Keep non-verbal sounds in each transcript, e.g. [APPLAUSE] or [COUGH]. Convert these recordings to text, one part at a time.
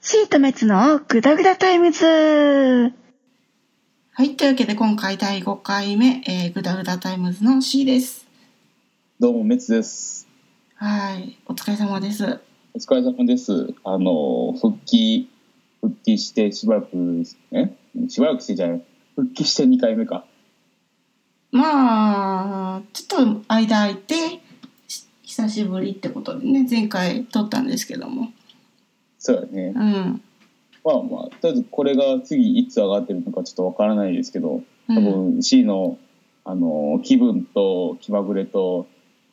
シートメツのグダグダタイムズはい、というわけで今回第5回目、えー、グダグダタイムズの C です。どうも、メツです。はい、お疲れ様です。お疲れ様です。あの、復帰、復帰してしばらく、えしばらくしてじゃない。復帰して2回目か。まあ、ちょっと間空いて、し久しぶりってことでね、前回撮ったんですけども。そうだねう。ん。まあまあ、とりあえずこれが次いつ上がってるのかちょっとわからないですけど、う多ん、分 C の、あの、気分と気まぐれと、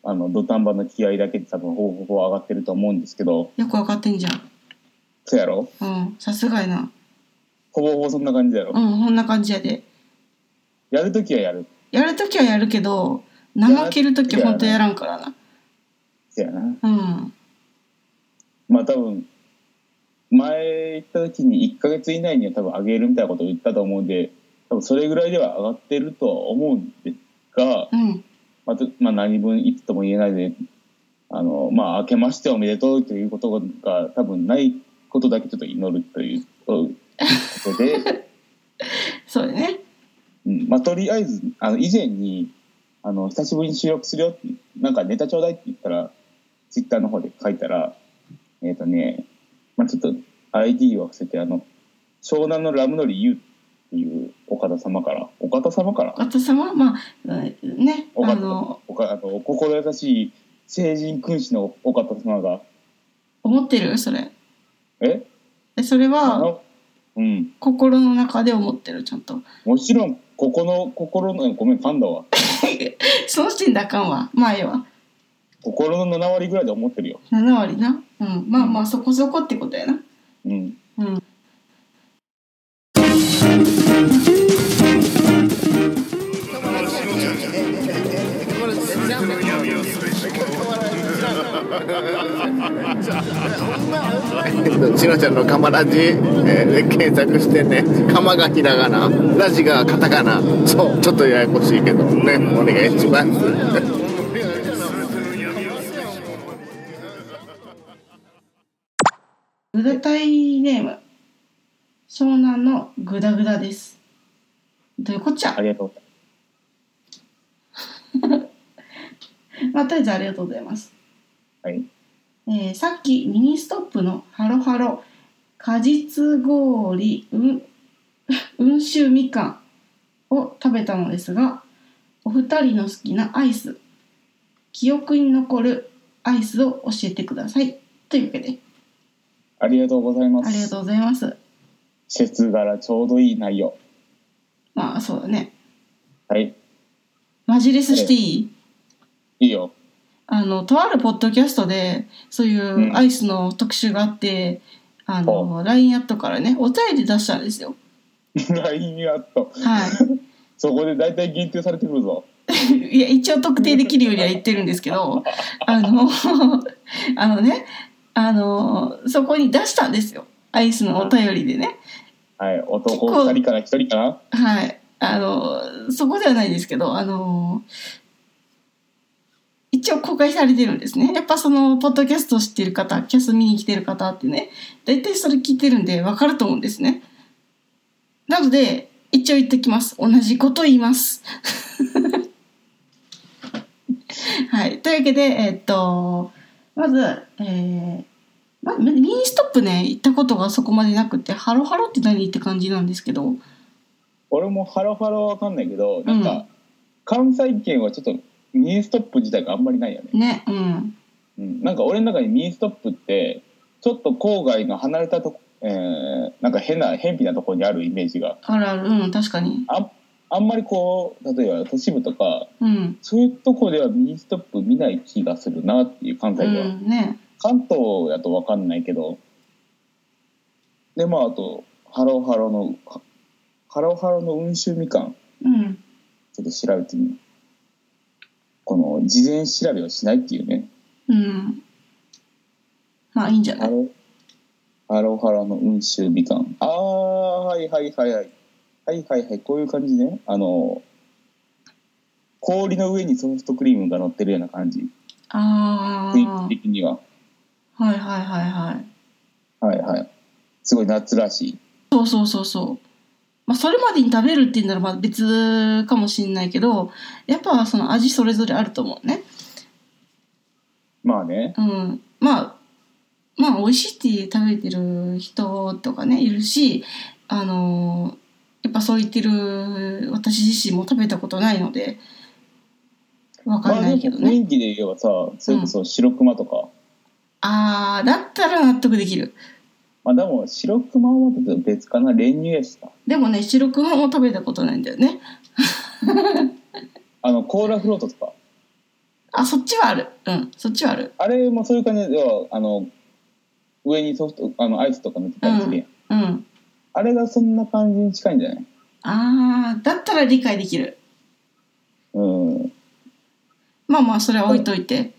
あの、土壇場の気合だけで多分方法は上がってると思うんですけど、よくわかってんじゃん。そうやろうん、さすがやな。ほぼほぼそんな感じだう。よん、こんな感じやで。やるときはやる。やるときはやるけど、怠けるときはほんとやらんからな。そうやな。うん。まあ多分前行った時に1ヶ月以内には多分上げるみたいなことを言ったと思うんで多分それぐらいでは上がってるとは思うんですが、うん。まあ、ちょまあ何分いつとも言えないであのまあ明けましておめでとうということが多分ないことだけちょっと祈るということで、そうだね。うんまあ、とりあえずあの以前にあの久しぶりに収録するよってなんかネタちょうだいって言ったらツイッターの方で書いたら、えっ、とね、まあちょっと ID を伏せて、あの、湘南のラムノリ U っていうお方様から、お方様からお方様、まあ、うんね、おあ方の、おかあのお心優しい成人君子のお方様が、思ってるそれ。ええそれあは、の、うん、心の中で思ってる、ちゃんと。 [LAUGHS] もちろん、ここの、心の、ごめん、噛んだわ。その時点であかんわ前は心の7割ぐらいで思ってるよ。 7割なうんまあまあそこそこってことやなうん。うんしのちゃんのカマラジ、えーで検索してねカマがひらがなラジがカタカナそうちょっとややこしいけどねお願いしますグダタイネーム湘南のグダグダですどういうこっちゃあ、りがとう。まあ、とりあえずありがとうございますはいえーさっきミニストップのハロハロ果実氷うん [LAUGHS] 温州みかんを食べたのですがお二人の好きなアイス記憶に残るアイスを教えてくださいというわけでありがとうございます。ありがとうございます施設柄ちょうどいい内容。まあそうだねはい。マジレスしていいいいよ。 [LAUGHS] あのとあるポッドキャストでそういうアイスの特集があって、あの LINE アットからねお便り出したんですよ LINE やっと。はいそこで大体限定されてくるぞ。いや一応特定できるよりは言ってるんですけどあのあのねあのそこに出したんですよアイスのお便りでねはい、男2人から1人かなはいあのそこではないんですけどあの一応公開されてるんですねやっぱそのポッドキャストを知ってる方キャス見に来てる方ってね大体それ聞いてるんで分かると思うんですねなので一応言ってきます同じこと言います [LAUGHS] はいというわけでえっとまずえーまミニストップね行ったことがそこまでなくてハロハロって何って感じなんですけど俺もハロハロはわかんないけどなんか、関西圏はちょっとミニストップ自体があんまりないよね、ねうんうん、なんか俺の中にミニストップってちょっと郊外の離れたとこ、えーなんか変な偏僻なところにあるイメージがあるある、うん、確かに。あんあんまりこう例えば都市部とかうん。そういうとこではミニストップ見ない気がするなっていう関う西では、ん、ね。関東だとわかんないけどでまああとハロハロのハハロハロの温州みかんうん。ちょっと調べてみよう。この、事前調べをしないっていうね。うん。まあ、いいんじゃないハロ、ハロハロの温州みかん。あー、はいはいはいはい。はいはいはい、こういう感じね。あの、氷の上にソフトクリームが乗ってるような感じ。あ雰あ囲気的には。はいはいはいはいはいはい。すごい夏らしい。そうそうそうそうまあそれまでに食べるっていうならまあ別かもしんないけどやっぱその味それぞれあると思うねまあね。うんまあまあ美味しいって食べてる人とかねいるしあのやっぱそう言ってる私自身も食べたことないのでわかまんあなでいもけどね雰囲気で言えばさ、それこそ白熊とか。あーだったら納得できるまあでも、白熊はまた別かな。練乳やしさ。でもね白熊も食べたことないんだよねあの、コーラフロートとか。あそっちはあるうんそっちはあるあれもそういう感じで、要はあの、上にソフト、あの、アイスとか塗ってたりするやん。うんあれがそんな感じに近いんじゃないあーだったら理解できるうん。まあまあそれは置いといて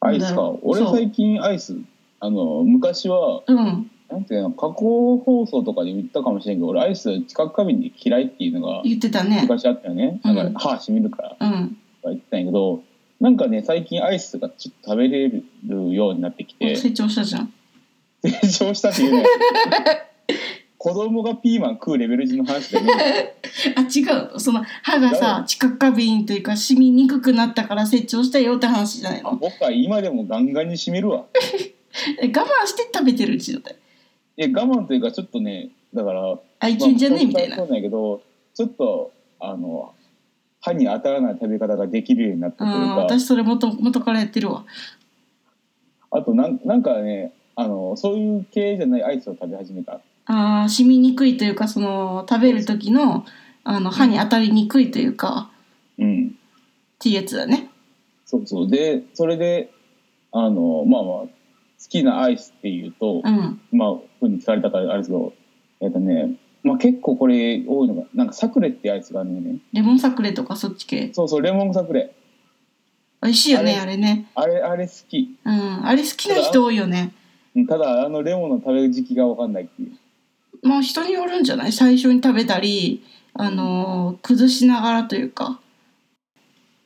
アイスなるかほど。俺そう最近アイス、あの、昔は、うんなんていうの、加工放送とかで言ったかもしれんけど、俺アイス近く過敏で嫌いっていうのが言ってたね昔あったよね。うんなんか歯しみるからとかうん言ってたんやけど、なんかね、最近アイスがちょっと食べれるようになってき [LAUGHS] て、成長したじゃん成長したっていうね。子供がピーマン食うレベルの話でね。 [LAUGHS] あ違うその歯がださよ知覚過敏というか染みにくくなったから成長したよって話じゃないの僕は今でもガンガンにしみるわ。え我慢して食べてる状態いや、我慢というかちょっとね、だから、あいけんじゃねえみたいそなうなんやけど、ちょっと、あの、歯に当たらない食べ方ができるようになったといううんか。私それ元元からやってるわあとなん、なんかね、あの、そういう系じゃないアイスを食べ始めた。あー染みにくいというかその食べる時のあの歯に当たりにくいというかうん。っていうやつだねそうそう。で、それで、あの、まあまあ、好きなアイスっていうとう、んまあ、ふうに聞かれたからあれですけど、えっとね、まあ結構これ多いのが、なんかサクレってアイスがあるんだよね。レモンサクレとかそっち系そうそう、レモンサクレ。美味しいよねああれねあれ、あれ好き。うんあれ好きな人多いよねうんただ、あのレモンの食べる時期がわかんないっていう。まあ人によるんじゃない最初に食べたりあのー崩しながらというか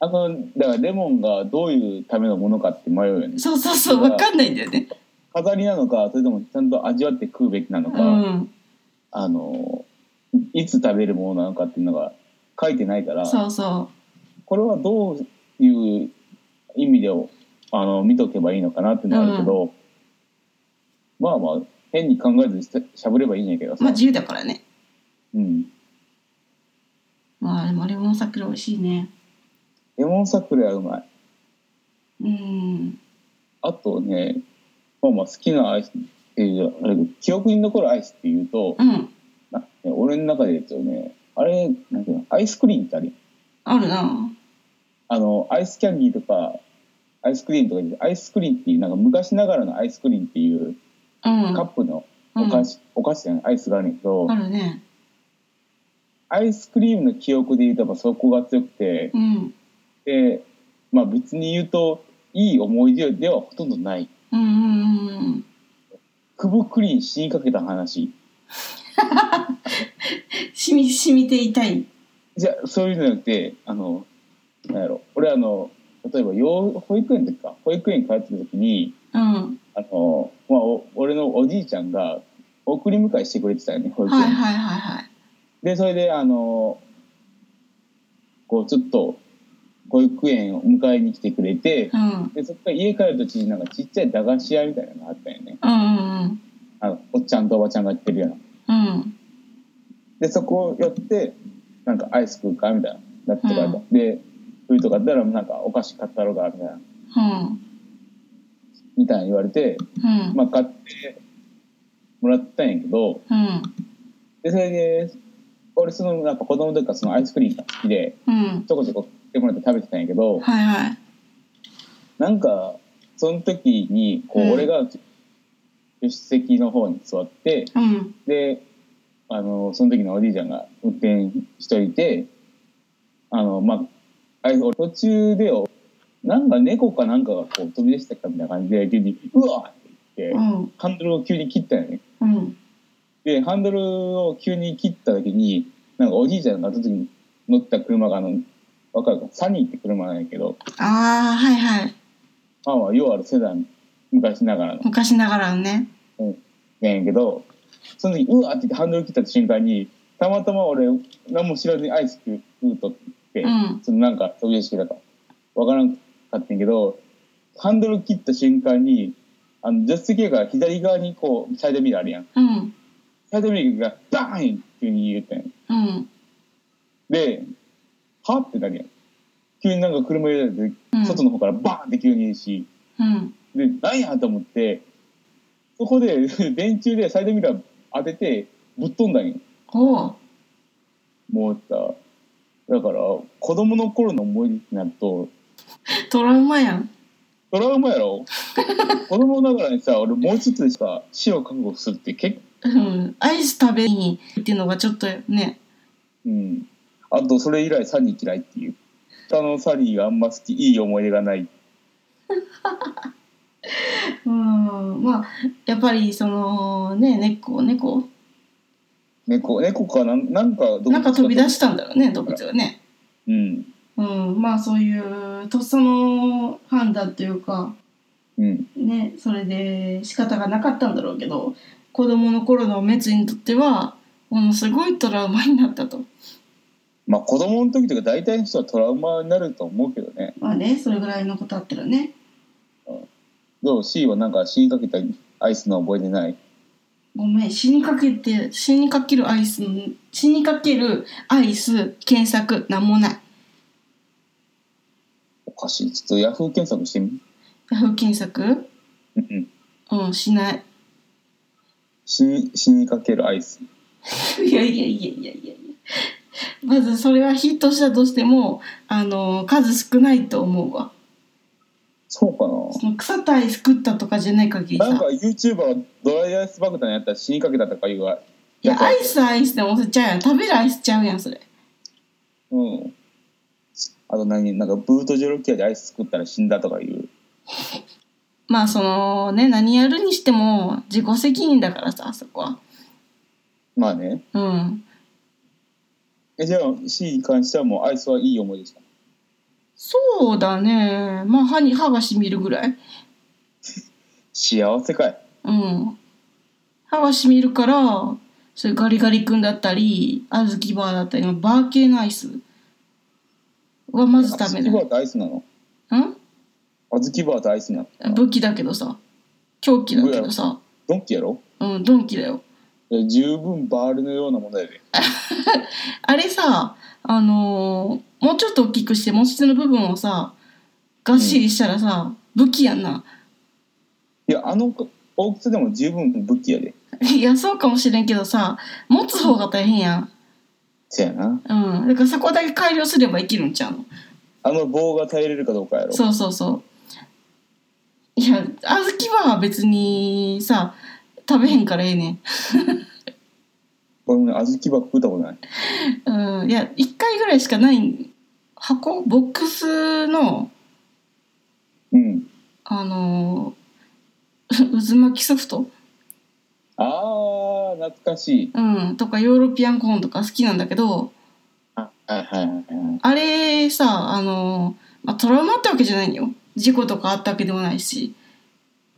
あの、だからレモンがどういうためのものかって迷うよね。そうそうそう、わかんないんだよね。飾りなのか、それともちゃんと味わって食うべきなのうか。ん。あの、いつ食べるものなのかっていうのが書いてないから、そうそこれはどういう意味でをあの見とけばいいのかなっていうのがあるけど、まあまあ、変に考えずしてしゃぶればいいんやけどう。さ、まあ自由だからね。うん。まあでもレモンサクレ美味しいね。レモンサクレはうまい。うん。あとね、まあまあ好きなアイスっていう、あれ記憶に残るアイスっていうと、うん。なんかね俺の中で言うとね、あれ、なんていうの、アイスクリームってあるやあんるな。あの、アイスキャンディーとか、アイスクリームとか言って、アイスクリームっていう、なんか昔ながらのアイスクリームっていううん。カップのうおん菓子、お菓子じゃない、アイスがあるんやけどあ、るね。アイスクリームの記憶で言うとやっぱそこが強くて、うん。で、まあ別に言うと、いい思い出ではほとんどない。うんうんうんうん。くぶくりに死にかけた話。しみ、しみていたい。じゃあそういうのじゃなくて、あの、なんやろ、俺あの、例えば幼、保育園の時か、保育園に帰ってた時に、うん。あの、まあ、お俺のおじいちゃんが送り迎えしてくれてたよね、保育園はいに。はいはいはい。で、それで、あの、こう、ちょっと、保育園を迎えに来てくれて、うん。で、そっから家帰る途中になんかちっちゃい駄菓子屋みたいなのがあったよね。うんあの、おっちゃんとおばちゃんがやってるような。うんうん。うん。で、そこ寄って、なんかアイス食うかみたいな。なってから、で、冬とかだったらなんかお菓子買ったろうかみたいな。うん。みたいな言われて、うん。まあ買ってもらったんやけど、うん。で、それで、俺その、なんか子供の時からそのアイスクリームが好きで、うん。ちょこちょこ買ってもらって食べてたんやけど、はいはい。なんか、その時に、こうんう、俺が助手席の方に座って、うん。で、あの、その時のおじいちゃんが運転しといて、あの、まあ、あれ、俺途中でよ、なんか猫かなんかがこう飛び出してきたみたいな感じで、急に、うわっってう言って、ん。ハンドルを急に切ったよね。うん。で、ハンドルを急に切った時に、なんかおじいちゃんが後に乗った車が、あの、わかるか、サニーって車なんやけど、ああ、はいはい。まあまあ、要はあるセダン、昔ながらの。昔ながらのね。やんやけど、その時、うわって言ってハンドル切った瞬間に、たまたま俺、何も知らずにアイス食うとって、うんそのなんか、飛び出してたか、わからんかってんけど、ハンドル切った瞬間に、あの、助手席やから左側にこう、サイドミラーあるやん。うん。サイドミラーがバーンって急に言ったんや。うん。で、はってなるやん。急になんか車入れられて、うん。外の方からバーンって急に言うし、うん。で、なんやと思って、そこで [LAUGHS] 電柱でサイドミラー当てて、ぶっ飛んだんよ。おう。もうさ、だから、子供の頃の思い出になると、トラウマやん。トラウマやろ [LAUGHS] 子供ながらにさ、俺もう一つでさ、死を覚悟するって結構、うん。アイス食べに行っていうのがちょっとね。うん。あと、それ以来サニー嫌いっていう。下のサニーがあんま好き、いい思い出がない。うん。まあ、やっぱりその、ね、猫、猫。猫、猫かなん、なんか、。なんか飛び出したたんだろうね、動物がね。うん。うん。まあそういう、とっさの判断というか、うん。ね、それで仕方がなかったんだろうけど子供の頃のメツにとってはものすごいトラウマになったとまあ、子供の時とか大体の人はトラウマになると思うけどね。まあねそれぐらいのことあったらねどう ?C はなんか死にかけたアイスの覚えてない。ごめん死にかけて死にかけるアイス死にかけるアイス検索なんもないおかしい。ちょっとヤフー検索してみ。ヤフー検索うんうん。うんしない [LAUGHS] 死に、死にかけるアイス。いやいやいやいやいやいやまずそれはヒットしたとしてもあの数少ないと思うわそうかその腐ったアイス食ったとかじゃない限りな。なんさか YouTuber はドライアイス爆弾やったら死にかけたとか言うわ。いやアイスはアイスでもせちゃうやん食べるアイスちゃうやんそれうん。あと何なんかブートジョロキアでアイス作ったら死んだとか言う。まあそのね何やるにしても自己責任だからさそこはまあね。うんえ、じゃあ C に関してはもうアイスはいい思いでした。そうだねまあ歯に歯がしみるぐらい幸せかい。うん歯がしみるからそういうガリガリ君だったり小豆バーだったりのバー系のアイスはまずダメだあずきバーよとアイスなのうんあずきバーとアイスなの武器だけどさ狂気だけどさドンキやろうんドンキだよいや十分バールのようなものやで。あれさ、あのーもうちょっと大きくして持ち手の部分をさがっしりしたらさ、武器やんな [LAUGHS] いや、あの大きさでも十分武器やで。いやそうかもしれんけどさ持つ方が大変やんせやな。うんだからそこだけ改良すればいけるんちゃうのあの棒が耐えれるかどうかやろ。そうそうそういや小豆は別にさ食べへんからええねん [LAUGHS] 俺もね、あずきバー食ったことない。うんいや1回ぐらいしかない箱ボックスのうん。あの [LAUGHS] ー渦巻きソフトあー、懐かしい。うん、とかヨーロピアンコーンとか好きなんだけどあはいはいはいはい。あれさあの、まあ、トラウマってわけじゃないんよ事故とかあったわけでもないし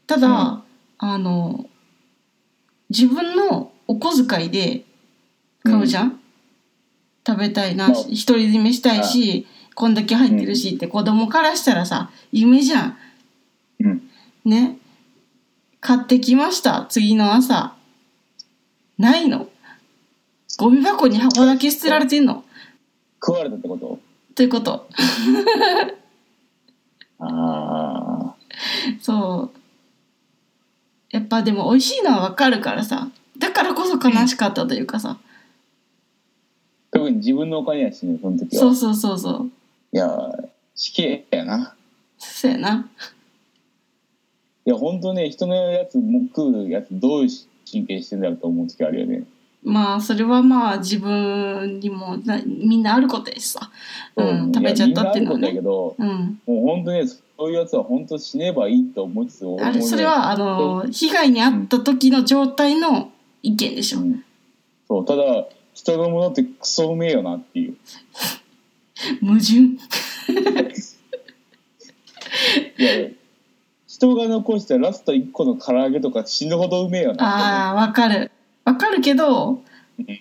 ただ、うんあの自分のお小遣いで買うじゃん、食べたいなまあし独り占めしたいし、こんだけ入ってるしって子供からしたらさ夢じゃんうん。ね買ってきました次の朝ないのゴミ箱に箱だけ捨てられてんの食われたってことということあそうやっぱでも美味しいのはわかるからさだからこそ悲しかったというかさ、ー。特に自分のお金やしね、その時は。そうそうそうそういやー、死刑やな。そうやないや、ほんとね、人のやつ、も食うやつ、どういう神経してんだろうと思う時あるよね。まあそれはまあ自分にもなみんなあることやしさ、うん、食べちゃったっていうのはやみんなあることやねけど、うん、もう本当ね、そういうやつは本当死ねばいいと思いつつ、俺もあねれそれはあの被害に遭った時の状態の意見でしょ、うんそうただ人のものってクソうめえよなっていう矛盾いや人が残したラスト1個の唐揚げとか死ぬほどうめえよなあーわかるわかるけどうん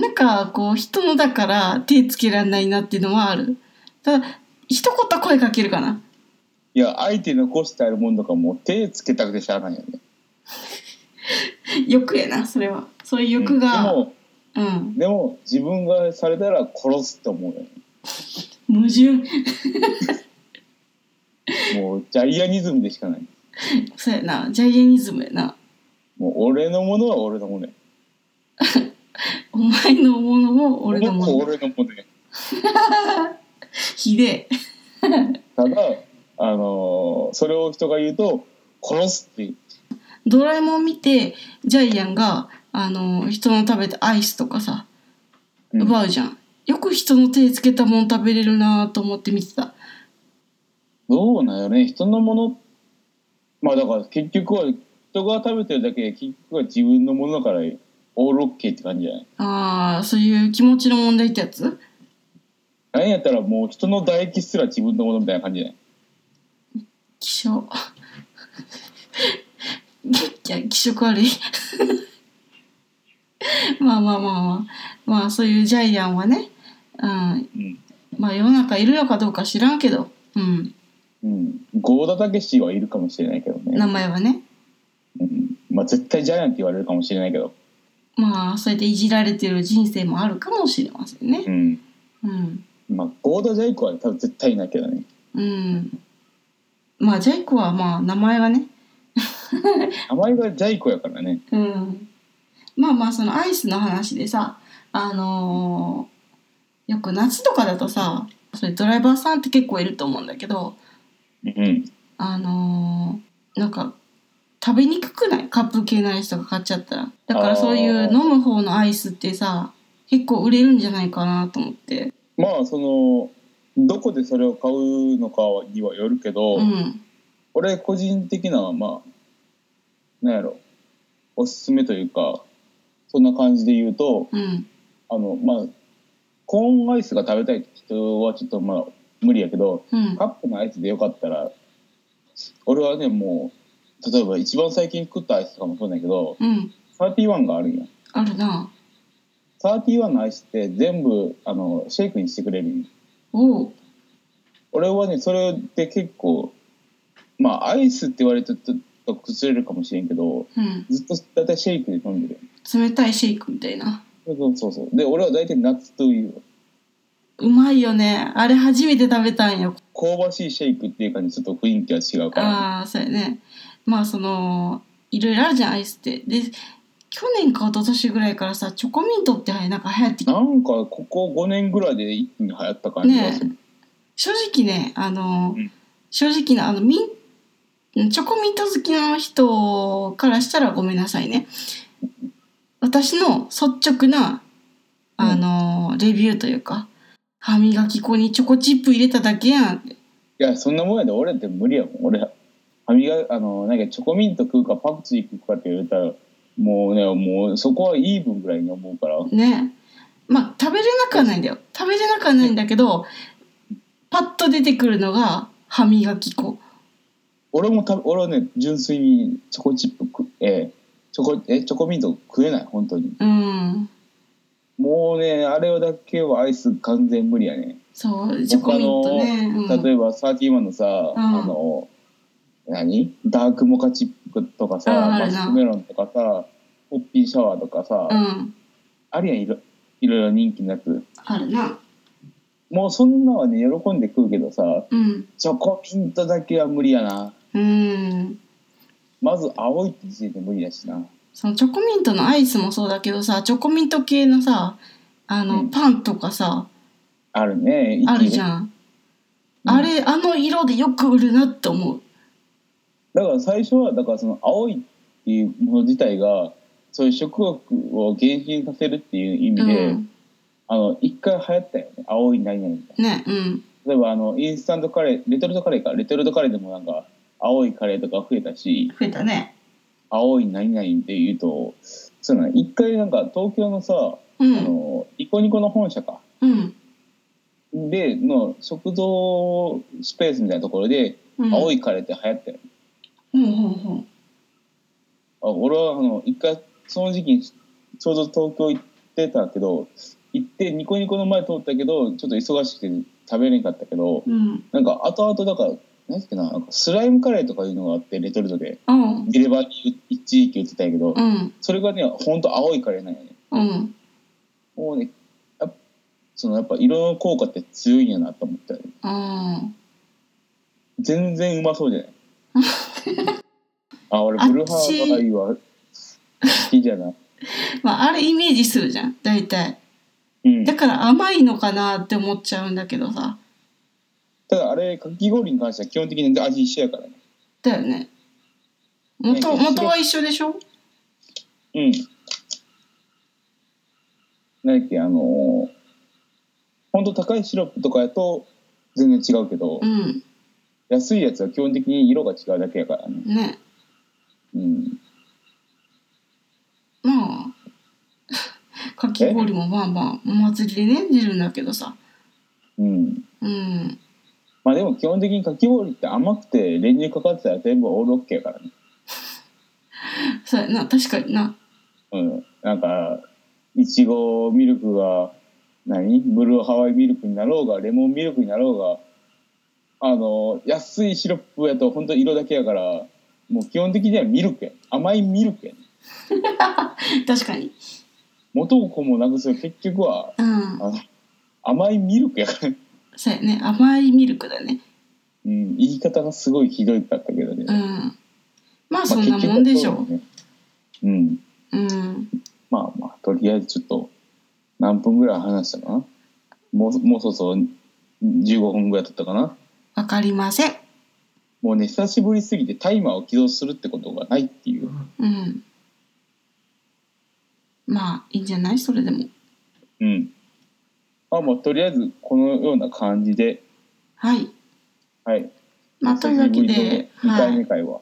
なんかこう人のだから手つけられないなっていうのはあるただ一言声かけるかないや相手残してあるもんとかもう手つけたくてしゃあないよね欲やなそれはそういう欲でがもうんでも自分がされたら殺すと思うよね矛盾もうジャイアニズムでしかないそうやなジャイアニズムやなもう俺のものは俺のものやお前のものも俺のもこのこ俺のものやひでえただあのーそれを人が言うと殺すっていうドラえもん見てジャイアンがあの人の食べたアイスとかさうん奪うじゃん、よく人の手つけたもん食べれるなと思って見てたどうなんよね人のものまあだから結局は人が食べてるだけで結局は自分のものだからオールオッケーって感じじゃないあーそういう気持ちの問題ってやつなんやったらもう人の唾液すら自分のものみたいな感じじゃない気性 [LAUGHS] いや気色悪い [LAUGHS] まあまあまあまあまあそういうジャイアンはね、うん、うんまあ世の中いるのかどうか知らんけど、うん、うん郷田武史はいるかもしれないけど名ね、前はねうん、まあ絶対ジャイアンって言われるかもしれないけどまあそうやっていじられてる人生もあるかもしれませんねうんうん、まあ郷田ジャイ子は多分絶対いないけどねうん、まあジャイ子はまあ名前はね名前がジャイ子やからねうん、まあまあそのアイスの話でさあのーよく夏とかだとさそれドライバーさんって結構いると思うんだけどうんあのーなんか食べにくくないカップ系のアイスとか買っちゃったらだからそういうあー飲む方のアイスってさ結構売れるんじゃないかなと思ってまあそのどこでそれを買うのかにはよるけど、うん俺個人的なまあなんやろおすすめというかそんな感じで言うとうんあのまあコーンアイスが食べたい人はちょっとまあ無理やけどうんカップのアイスでよかったら俺はねもう例えば一番最近食ったアイスとかもそうなんやけどうん31があるんやあるな31のアイスって全部あのシェイクにしてくれるんよおう俺はねそれで結構まあアイスって言われてちょっと崩れるかもしれんけど、うんずっと大体シェイクで飲んでる。冷たいシェイクみたいなそうそうそう。で、俺は大体夏という、うまいよねあれ初めて食べたんよ香ばしいシェイクっていう感じ、ちょっと雰囲気は違うから。ああそうやねまあそのいろいろあるじゃんアイスってで去年か一昨年ぐらいからさチョコミントってなんか流行ってきてなんか、ここ5年ぐらいで一気に流行った感じがする。正直ねあの、うん正直なあのミンチョコミント好きな人からしたらごめんなさいね私の率直なあの、レビューというか歯磨き粉にチョコチップ入れただけやんっていや、そんなもんやで、俺って無理やもん。俺、歯磨き、あの、なんかチョコミント食うかパクチー食うかって言われたら、もうね、もうそこはイーブンぐらいに思うから。ねまあ食べれなくはないんだよ食べれなくはないんだけどパッと出てくるのが歯磨き粉俺もた、俺はね、純粋にチョコチップ食、えーチョコ、え、チョコミント食えない、本当に。うんもうね、あれだけはアイス完全無理やね。そうチョコミントね、うん、例えばサーティワンのさ、あの何ダークモカチップとかさああマるスなクメロンとかさポッピーシャワーとかさ、うんあるやんいろいろいろ人気のやつあるなもうそんなはね喜んで食うけどさうんチョコミントだけは無理やなうんまず青いって時点で無理やしなそのチョコミントのアイスもそうだけどさチョコミント系のさあの、うんパンとかさあるねあるじゃんん、あれあの色でよく売るなって思うだから最初はだからその青いっていうもの自体がそういう食欲を減進させるっていう意う味で、んあの一回流行ったよね青い何々みたいなねうん例えばあのインスタントカレーレトルトカレーかレトルトカレーでもなんか青いカレーとか増えたし増えたね青い何々って言うとそうだね一回なんか東京のさ、うあんのニコニコの本社かうんでの食堂スペースみたいなところで、うん青いカレーって流行ったよほんほんほんあ俺はあの一回その時期にちょうど東京行ってたけど行ってニコニコの前通ったけどちょっと忙しくて食べれなかったけどうんなんか後々だから何だっけななんかスライムカレーとかいうのがあってレトルトであうんデレバリー一時期売ってたんやけどうんそれがねほんと青いカレーなんやねうんもうねやっそのやっぱ色の効果って強いんやなと思ったよねあ全然うまそうじゃないあ俺ブルーハーバーいいわ好きじゃないーまああれイメージするじゃん大体うんだから甘いのかなって思っちゃうんだけどさただあれかき氷に関しては基本的に味一緒やからねだよね元元は一緒でしょうん何やっけあのー、ほんと高いシロップとかやと全然違うけど、うん安いやつは基本的に色が違うだけやからねねうんまあかき氷もまあまあお祭りでね出るんだけどさうんうんまあでも基本的にかき氷って甘くて練乳かかってたら全部オールオッケーやからねそうやな確かになうんなんかいちごミルクが何ブルーハワイミルクになろうがレモンミルクになろうがあの安いシロップやと本当色だけやからもう基本的にはミルクや甘いミルクや確かに元も子もなくすよ結局はうんあの甘いミルクやからね、そうやね甘いミルクだねうん、言い方がすごいひどいかったけどね、うまんまああそんなもんでしょ結局はそうだよねうんう、うんまあまあ、とりあえずちょっと、何分ぐらい話したかなもう、もうそうそう、15分ぐらい経ったかなわかりませんもうね、久しぶりすぎてタイマーを起動するってことがないっていう。うんまあいいんじゃないそれでもうん。まあもう、とりあえず、このような感じで、はいはい。まあというわけで2回は目い会は、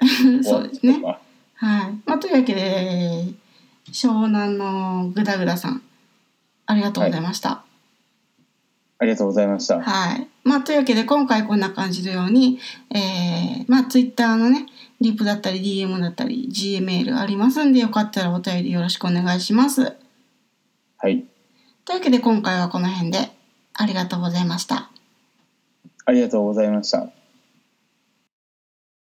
終 [LAUGHS] わそうってですねとかはいまあというわけで湘南のグダグダさんありがとうございました、ありがとうございました。はい。まあ、というわけで、今回こんな感じのように、えー、まあ、ツイッターのね、リプだったり、DM だったり、Gmail ありますんで、よかったらお便りよろしくお願いします。はい。というわけで、今回はこの辺で、ありがとうございました。ありがとうございました。